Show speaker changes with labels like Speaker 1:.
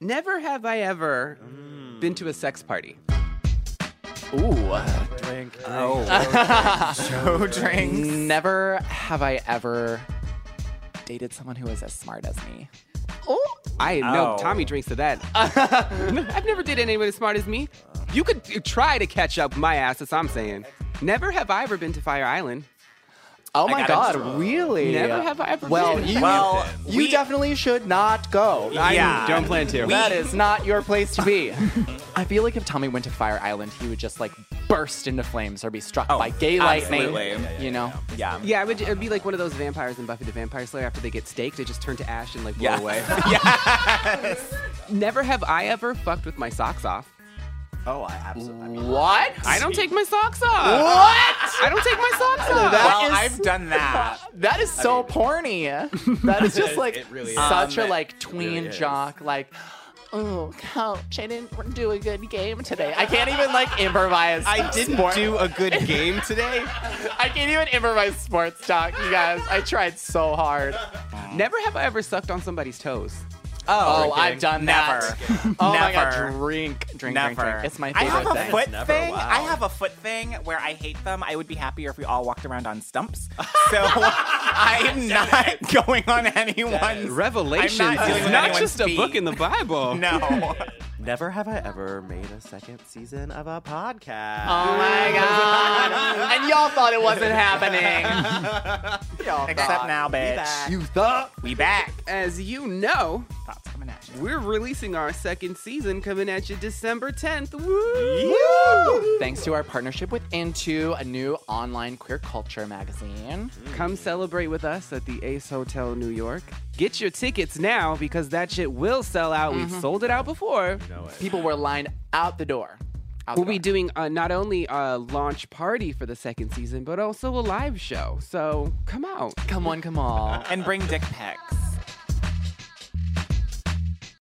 Speaker 1: Never have I ever been to a sex party.
Speaker 2: Ooh.
Speaker 3: Drink. Oh.
Speaker 2: Show drinks.
Speaker 3: Never have I ever dated someone who was as smart as me.
Speaker 1: I know
Speaker 2: Oh.
Speaker 1: Tommy drinks to that. I've never dated anyone as smart as me. You could uh, try to catch up my ass, that's what I'm saying. Never have I ever been to Fire Island.
Speaker 3: Oh my
Speaker 2: gotta-
Speaker 3: god, really?
Speaker 1: Never have I ever
Speaker 3: Well,
Speaker 1: been.
Speaker 3: you,
Speaker 2: Well,
Speaker 3: you
Speaker 2: we-
Speaker 3: definitely should not go.
Speaker 2: I Yeah.
Speaker 1: don't plan to.
Speaker 2: We-
Speaker 3: That is not your place to be. I feel like if Tommy went to Fire Island, he would just like burst into flames or be struck
Speaker 2: Oh,
Speaker 3: by gay lightning.
Speaker 2: absolutely. Yeah, yeah,
Speaker 3: you know?
Speaker 2: Yeah.
Speaker 1: yeah, it would, it'd be like one of those vampires in Buffy the Vampire Slayer. After they get staked, they just turn to ash and like blow
Speaker 2: Yeah.
Speaker 1: away.
Speaker 2: yeah.
Speaker 1: Never have I ever fucked with my socks off.
Speaker 4: Oh, I absolutely. I mean,
Speaker 3: What?
Speaker 1: I don't take my socks off.
Speaker 3: What?
Speaker 1: I don't take my socks off.
Speaker 3: That
Speaker 2: Well,
Speaker 3: is-
Speaker 2: I've done that.
Speaker 3: That is so porny. That is just like
Speaker 4: it really is.
Speaker 3: such
Speaker 2: Um,
Speaker 3: a like
Speaker 4: really
Speaker 3: tween
Speaker 4: is.
Speaker 3: jock like. Oh, coach! I didn't do a good game today. I can't even like improvise.
Speaker 2: I didn't
Speaker 3: sport-
Speaker 2: do a good game today.
Speaker 3: I can't even improvise sports talk, you guys. I tried so hard.
Speaker 1: Never have I ever sucked on somebody's toes.
Speaker 3: Oh,
Speaker 2: drinking.
Speaker 3: I've done that.
Speaker 2: Never.
Speaker 3: Oh my god,
Speaker 2: Never.
Speaker 3: drink, drink, drink,
Speaker 2: Never.
Speaker 3: drink. It's my
Speaker 2: I
Speaker 3: favorite
Speaker 2: have a
Speaker 3: thing.
Speaker 2: foot
Speaker 4: Never,
Speaker 2: thing.
Speaker 4: wow.
Speaker 2: I have a foot thing where I hate them. I would be happier if we all walked around on stumps. So I'm not going on anyone's.
Speaker 1: Revelations
Speaker 2: I'm not dealing
Speaker 1: is
Speaker 2: with
Speaker 1: not
Speaker 2: anyone's
Speaker 1: just a
Speaker 2: feet.
Speaker 1: book in the Bible.
Speaker 2: No.
Speaker 4: never have I ever made a second season of a podcast.
Speaker 3: Oh my god! and y'all thought it wasn't happening. y'all
Speaker 2: Except
Speaker 3: thought.
Speaker 2: now, bitch.
Speaker 4: back.
Speaker 3: You thought?
Speaker 2: We back.
Speaker 1: As you know,
Speaker 2: Thoughts coming at you.
Speaker 1: we're releasing our second season coming at you December 10th. Woo!
Speaker 3: Thanks to our partnership with Into, a new online queer culture magazine.
Speaker 1: Come celebrate with us at the Ace Hotel New York. Get your tickets now because that shit will sell out. We've sold it out before.
Speaker 3: People were lined out the door. Out the
Speaker 1: We'll be
Speaker 3: door.
Speaker 1: doing uh, not only a launch party for the second season, but also a live show. So come out.
Speaker 3: Come on, come on.
Speaker 2: And bring dick pics.